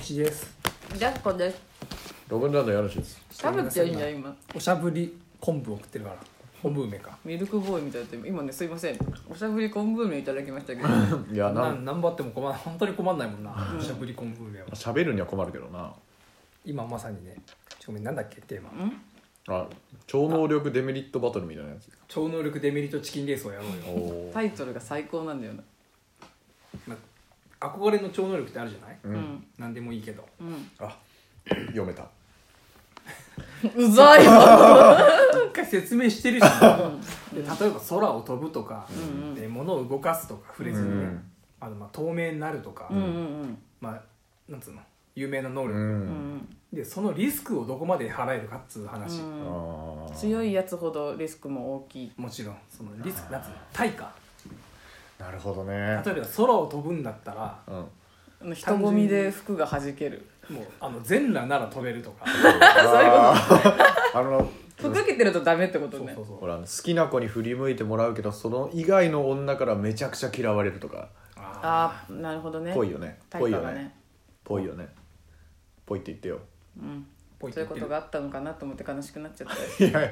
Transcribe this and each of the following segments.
ちですジャッコです。ログンランドやらしいです。しゃべってるんじゃん今。おしゃぶり昆布を食ってるから昆布梅かミルクボーイみたいになってる今ねすいません。おしゃぶり昆布梅いただきましたけど。いや、な、なんんなんばっても困らない本当に困んないもんなおしゃぶり昆布梅は喋るには困るけどな。今まさにねちょごめんなんだっけテーマあ、超能力デメリットバトルみたいなやつ。超能力デメリットチキンレースをやろうよ、おターイトルが最高なんだよな。まあ、憧れの超能力ってあるじゃない、う。うんんなんでもいいけどうん。あ、読めた。うざいわ。一回説明してるし、で例えば空を飛ぶとか、うんで物を動かすとか触れずにね、うんあのまあ透明になるとか、うんうんまあなんつうの有名な能う。力、うんうんんでそのリスクをどこまで払えるかっつうう話、ん。あー強いやつほどリスクも大きい。もちろんそのリスクなんつうの対価なるほどね。例えば空を飛ぶんだったらうん。あの人混みで服が弾ける。もうあの全裸なら飛べるとかあーあ の。ふざけてるとダメってことそうねそう。そほうら好きな子に振り向いてもらうけどその以外の女からめちゃくちゃ嫌われるとかあああなるほどね。ぽいよね対ぽい価よがねね。ぽいよねぽいって言ってようん。ポイそういうことがいあったのかなと思って悲しくなっちゃったよ。いやいや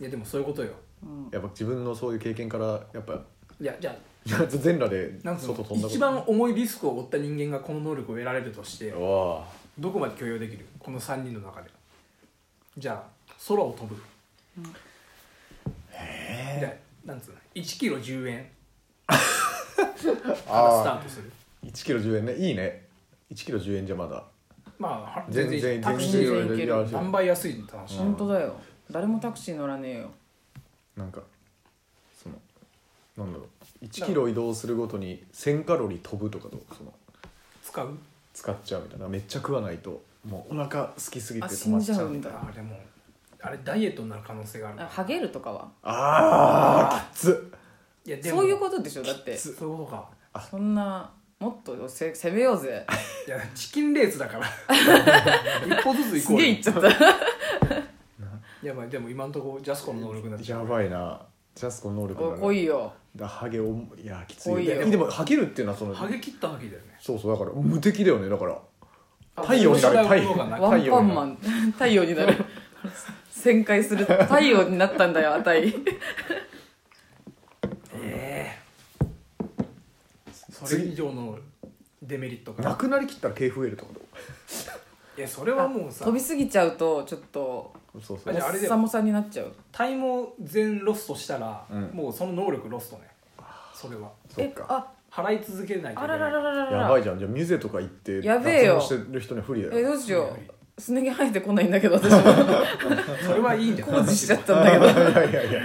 やでもそういうことようん。やっぱ自分のそういう経験からやっぱ いやじゃあ全裸でなんつう外の飛んだこと一番重いリスクを負った人間がこの能力を得られるとしておーどこまで許容できるこの3人の中でじゃあ空を飛ぶじゃあなんつうの1キロ10円からスタートする1キロ10円ねいいね1キロ10円じゃまだまあは全全然然タクシ全然ーいけるや何倍安いの楽しい本当だよ。誰もタクシー乗らねえよ。なんかそのなんだろう1キロ移動するごとに1000カロリー飛ぶとかとその使う使っちゃうみたいなめっちゃ食わないともうお腹空きすぎてあ止まっちゃう死んみじたゃうんいだなあれもうあれダイエットになる可能性があるあハゲるとかは。あーきつっいやでもそういうことでしょだって。そういうことかそんなもっとせ攻めようぜいやチキンレースだ から一歩ずつ行すこうげえいっちゃったやばいでも今のところジャスコの能力になっちゃうやばいなジャスコ能力おがい来いよだハゲおもいやきつい来いよでもハゲるっていうのはそのハゲ切ったわけだよねそうそうだから無敵だよねだからあ太陽になる面白太いもの陽がないワンパンマンン太陽になる旋回する太陽になったんだよあたいええそれ以上のデメリットながくなりきったら毛増えるってこといやそれはもうさ飛びすぎちゃうとちょっとそうそおうあじゃああっれだよさもさになっちゃう体毛全ロストしたら、うんもうその能力ロストねそれはそっえかあ払い続けないといけなあらいらららららやばいじゃんじゃあミュゼとか行ってやべえよ脱毛してる人には不利だえよどうしようすね毛生えてこないんだけど私もそれはいいんじゃな工い事しちゃったんだけ どいやいやいや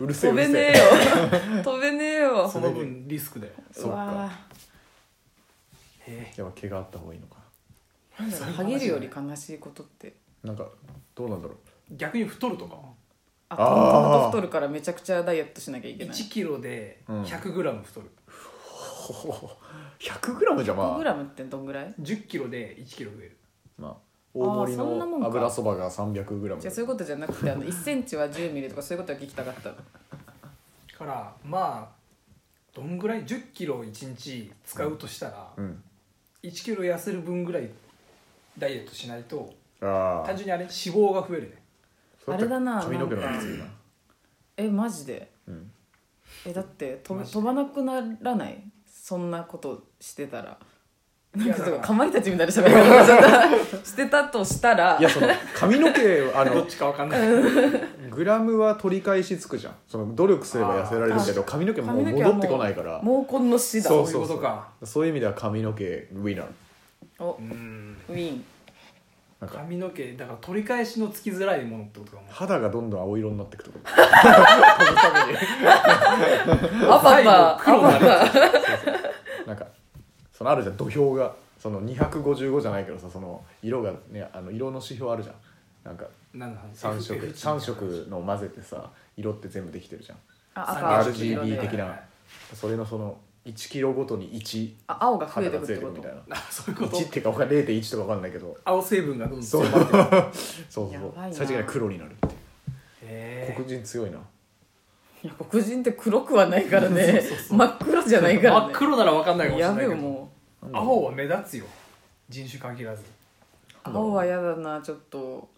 うるせ飛えうるべせねええよ飛べねえよその分リスクだよそっうわかぁへやっぱ毛があった方がいいのかなんだろうハゲるより悲しいことってなんかどうなんだろう え逆に太るとかああートマト太るからめちゃくちゃダイエットしなきゃいけない1キロでうん1 0 0ム太る、ほほほ 100g じゃま1 0 0あムってどんぐらい1 0キロで1キロ増えるまあ大盛りあーそんなもんかの油そばが 300g じゃあそういうことじゃなくてあの1センチは1 0ミリとかそういうことは聞きたかったのからまあどんぐらい1 0キロ1日使うとしたら、うん1キロ痩せる分ぐらいダイエットしないとああ単純にあれ脂肪が増えるねあれだな髪の毛のなん方かがきついなえマジでうんえだって飛マジで飛ばなくならないそんなことしてたらなんかいやだからかまいたちみたいな喋り方になっちゃったしてたとしたらいやその髪の毛あどっのちかわか んないグラムは取り返しつくじゃんその努力すれば痩せられるけど髪の毛もう髪の毛はもう戻ってこないから毛根の死だそうそういそううことかそうそういう意味では髪の毛ウィナーおうんウィンなんか髪の毛だから取り返しのつきづらいものってことかも肌がどんどん青色になってくとこアバターア最後黒バにタなるー なんかそのあるじゃん土俵がその255じゃないけどさその色がねあの色の指標あるじゃんなんか何の話3色 FFG 三色の混ぜてさ色って全部できてるじゃんああ赤黄色で RGB 的はないそれのその1キロごとに1あ青が増えて肌がくっつていてこるみたいとなあそういうこと1っていうかわかん0.1とかわかんないけど青成分がどんどんそ強うまそうるそうそうやばいな最終的には黒になるっていうへ黒人強いないや黒人って黒くはないからね真っ黒じゃないえから真っね黒ならわかんないかもしやれないけべえども青は目立つよ人種限ら ず青は嫌だなちょっと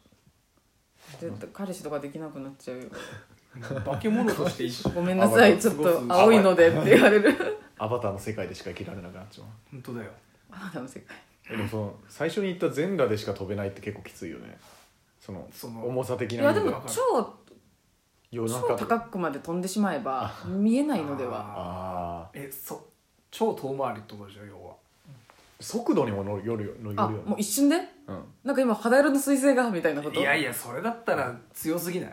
絶対彼氏とかできなくなっちゃうよ化け物として一緒ごめんなさいちょっと青いのでって言われるアバターの世界でしか生きられなくなっちゃう本当だよあ の世界でもその最初に言った全裸でしか飛べないって結構きついよねそのその重さ的いなや意で味もわかる超夜超中と高かくまで飛んでしまえば見えないのではああえそう超遠回りってことでしょ要は速度にも乗るよるよ乗るあよねもう一瞬でうんなんか今肌色の彗星がみたいなこといやいやそれだったら強すぎない、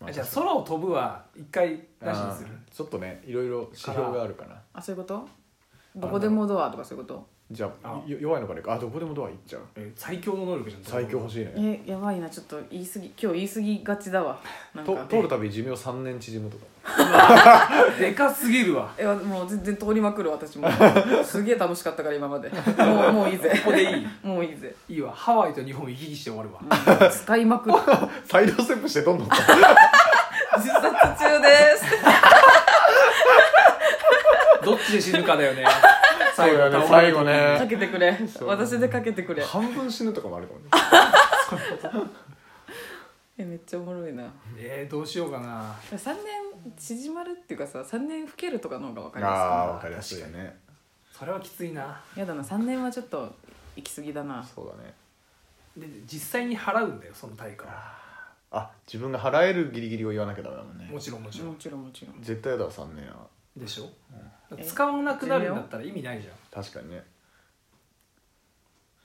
まあじゃあ空を飛ぶは一回なしにするあーちょっとねいろいろ指標があるからあそういうことどこでもドアとかそういうことじゃああよ弱いのからいくあどこでもドア行っちゃうえ最強の能力じゃん最強欲しいねえやばいなちょっと言い過ぎ今日言い過ぎがちだわなんとか通るたび寿命3年縮むとかでかすぎるわえもう全然通りまくる私もすげえ楽しかったから今までもうもういいぜここでいい もういいぜ、いいわハワイと日本行き来して終わ るわうん使いまくるサイドステップしてどんどん自殺中ですどっちで死ぬかだよ ねそうだね倒れる時に最後ねかけてくれそう私でかけてくれ半分死ぬとかもあるかもねえめっちゃおもろいなえー、どうしようかな3年縮まるっていうかさ3年老けるとかの方が分かりあまあ分かりやすいよねそれはきついなすやだな3年はちょっと行き過ぎだなそうだねで実際に払うんだよその対価はあ自分が払えるギリギリを言わなきゃダメだもんねもちろんもちろもんちろんもちろん絶対やだわ3年はでしょ、使わなくなるんだったら意味ないじゃん確かにね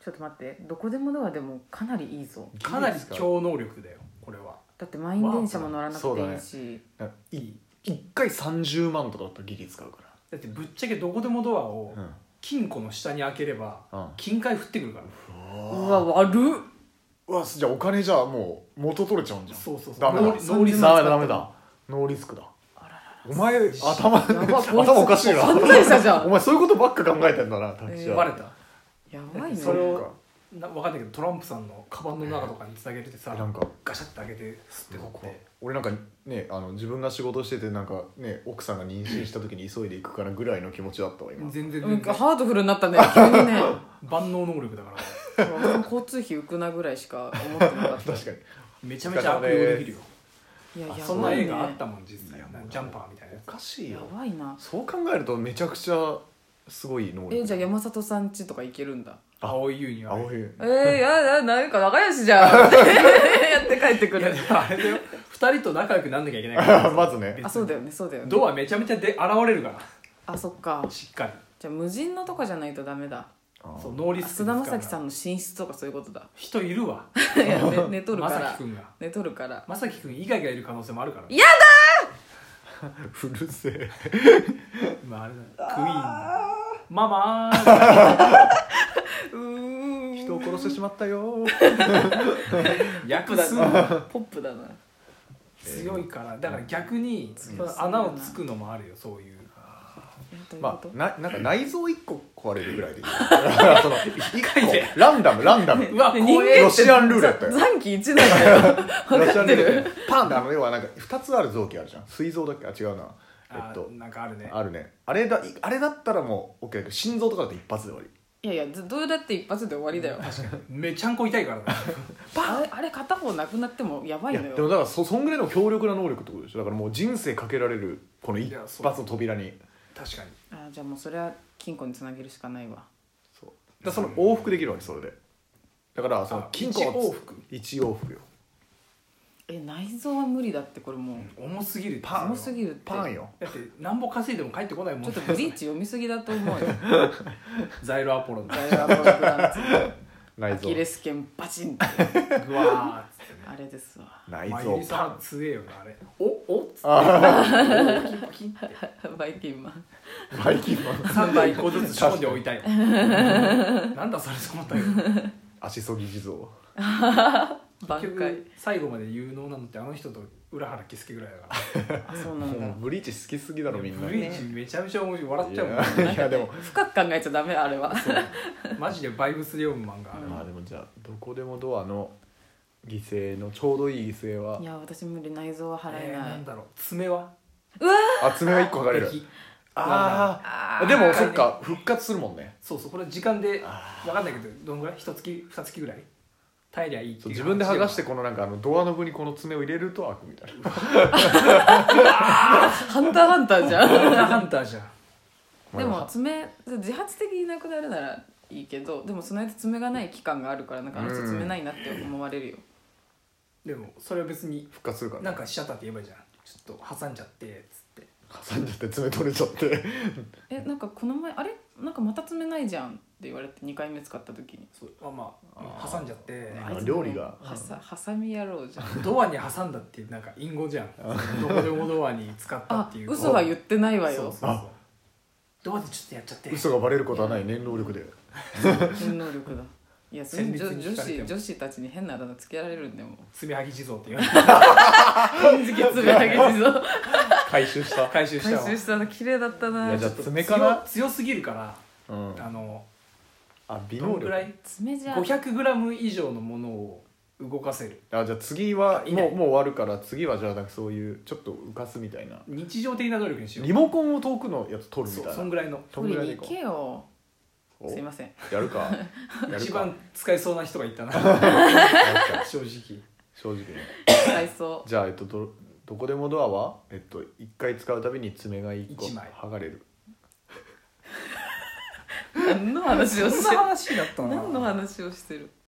ちょっと待ってどこでもドアでもかなりいいぞかなり強能力だよこれはだって満員電車も乗らなそくうだていねいし、なんかい1回30万とかだったらギリ使うかだってぶっちゃけどこでもドアをらうん金庫の下に開ければうん金塊降ってくるから、うわ悪っうわじゃあお金じゃあもう元取れちゃうんじゃんそうそうそうダメだノーリノーリスクダメだダメだノーリスクだお前頭やば 頭おかしいな犯罪者じゃんお前そういうことばっか考えてんだなタクシーえーバレたやばいねそれそっかをな分かんないけどトランプさんのカバンの中とかにつなげててさ、なんかガシャッて開けてスッて取って俺なんかねあの自分が仕事しててなんかね奥さんが妊娠した時に急いで行くからぐらいの気持ちだったわ今全然な全んか然ハートフルになったね急にね万能能力だから俺も交通費浮くなぐらいしか思ってなかった確かにめちゃめ ちゃ悪用できるよいややばい、ね、そんな映画あったもん実際いやなんかジャンパーみたいなやおかしいやよばいなそう考えるとめちゃくちゃすごい能力えじゃあ山里さん家とか行けるんだつ青い優には青いえー、やだなんか仲良しじゃんやって帰ってくいやるでもあれだよ2人と仲良くなんなきゃいけないから まずね別にあそうだよねそうだよねドアめちゃめちゃで現れるからあそっかしっかりじゃあ無人のとかじゃないとダメだそうノーリスク菅田将暉さんんの寝室とかそういうことだ人いるわいや寝 寝とるかまさらきくんが寝とるからまさきくん以外がいる可能性もあるからいやうるせえまああれだクイーンママーうーん人を殺してしまったよ役だなポップだな強いからだから逆にその穴をつくのもあるよそういうどういうこまとあななんか内臓一個壊れるぐらいでいいその一回で個ランダムランダムうわで怖ええロシアンルーレットよ残機一なんだよ 分かってるパンってあの要はなんか2つある臓器あるじゃん膵臓だっけあ違うなえっあとなんかあるねあるねあれだあれだったらもう OK だけど心臓とかだと一発で終わりいやいやずどうだって一発で終わりだよめちゃんこ痛いからねあれあれ片方なくなってもやばいのやでもよだからそそんぐらいの強力な能力ってことでしょだからもう人生かけられるこの一いやそう発の扉に確かにあじゃあもうそれは金庫につなげるしかないわそうだからその往復できるわけそれでだからそのあ金庫が一往復一往復よえ内臓は無理だってこれもう重すぎるパン重すぎるってパンよだってなんぼ稼いでも帰ってこないもんちょっとブリーチ読みすぎだと思う よザイロアポ ロのダイヤモンドグランツ内ア臓キレス腱バチンってグワーっつってねあれですわ内まあゆ臓りパさんン強えよなあれおおっつっておキンキンって バイキンマンバイキンマン3台1個ずつ仕込んでおいたよなんだそれと思ったけど結 足そぎ地蔵挽回局最後まで有能なのってあの人と浦原喜助ぐらいだからあそうなんだもうブリーチ好きすぎだろみんなブリーチめちゃめちゃ面白い笑っいちゃうもんやいやでも深く考えちゃダメあれは マジでバイブス・レオンマンがある、まあでもじゃあどこでもドアの犠牲のちょうどいい犠牲はいや私無理内臓は払ええーなないんだろう爪はあ爪が一個剥がれる敵あああーでもそっか復活するもんねそうそうこれ時間で分かんないけどどんぐらい一月二月ぐらい耐えりゃいいってそいうう自分で剥がしててこのなんかあのドアノブにこの爪を入れると開くみたい なハンターハンター じゃんハンターじゃんでも爪自発的になくなるならいいけどでもその間爪がない期間があるからなんかあの人爪ないなって思われるよ、でもそれは別に復活するからなんねかしちゃったって言えばいいじゃんちょっと挟んじゃってつって挟んじゃって爪取れちゃってえなんかこの前あれなんかまた爪ないじゃんって言われて2回目使った時にそうあまああー挟んじゃってああいつ料理がはさハサミ野郎じゃんドアに挟んだってなんか隠語じゃんどこでもドアに使ったあっていう嘘は言ってないわよそうそうそうドアでちょっとやっちゃって嘘がバレることはない念能力で全能力だいやそれ 戦女慄に女惹かれて子も女子たちに変なあだ名つけられるんでも爪はぎ地蔵って言われて本付け爪上 げ地蔵回収した回収した回わ収したの綺麗だったいなやじゃあ爪かな強強すぎるから、うんあのあ美どの能ぐ力らい爪じゃ 500g 以上のものを動かせるあじゃあ次はあいなもいうもう終わるから次はじゃあなんかそういうちょっと浮かすみたいな日常的な能力にしようリモコンを遠くのやつ取るみそたういそなんぐらいのそん取ぐりらいにで行いこけようすいませんやる かやる一か番使いそうな人がいったな正 直 正直ね体操じゃあえっとどどこでもドアはえっと一回使うたびに爪が一個一枚剥がれる何の話をそしんてなる 話だったな何の話をしてる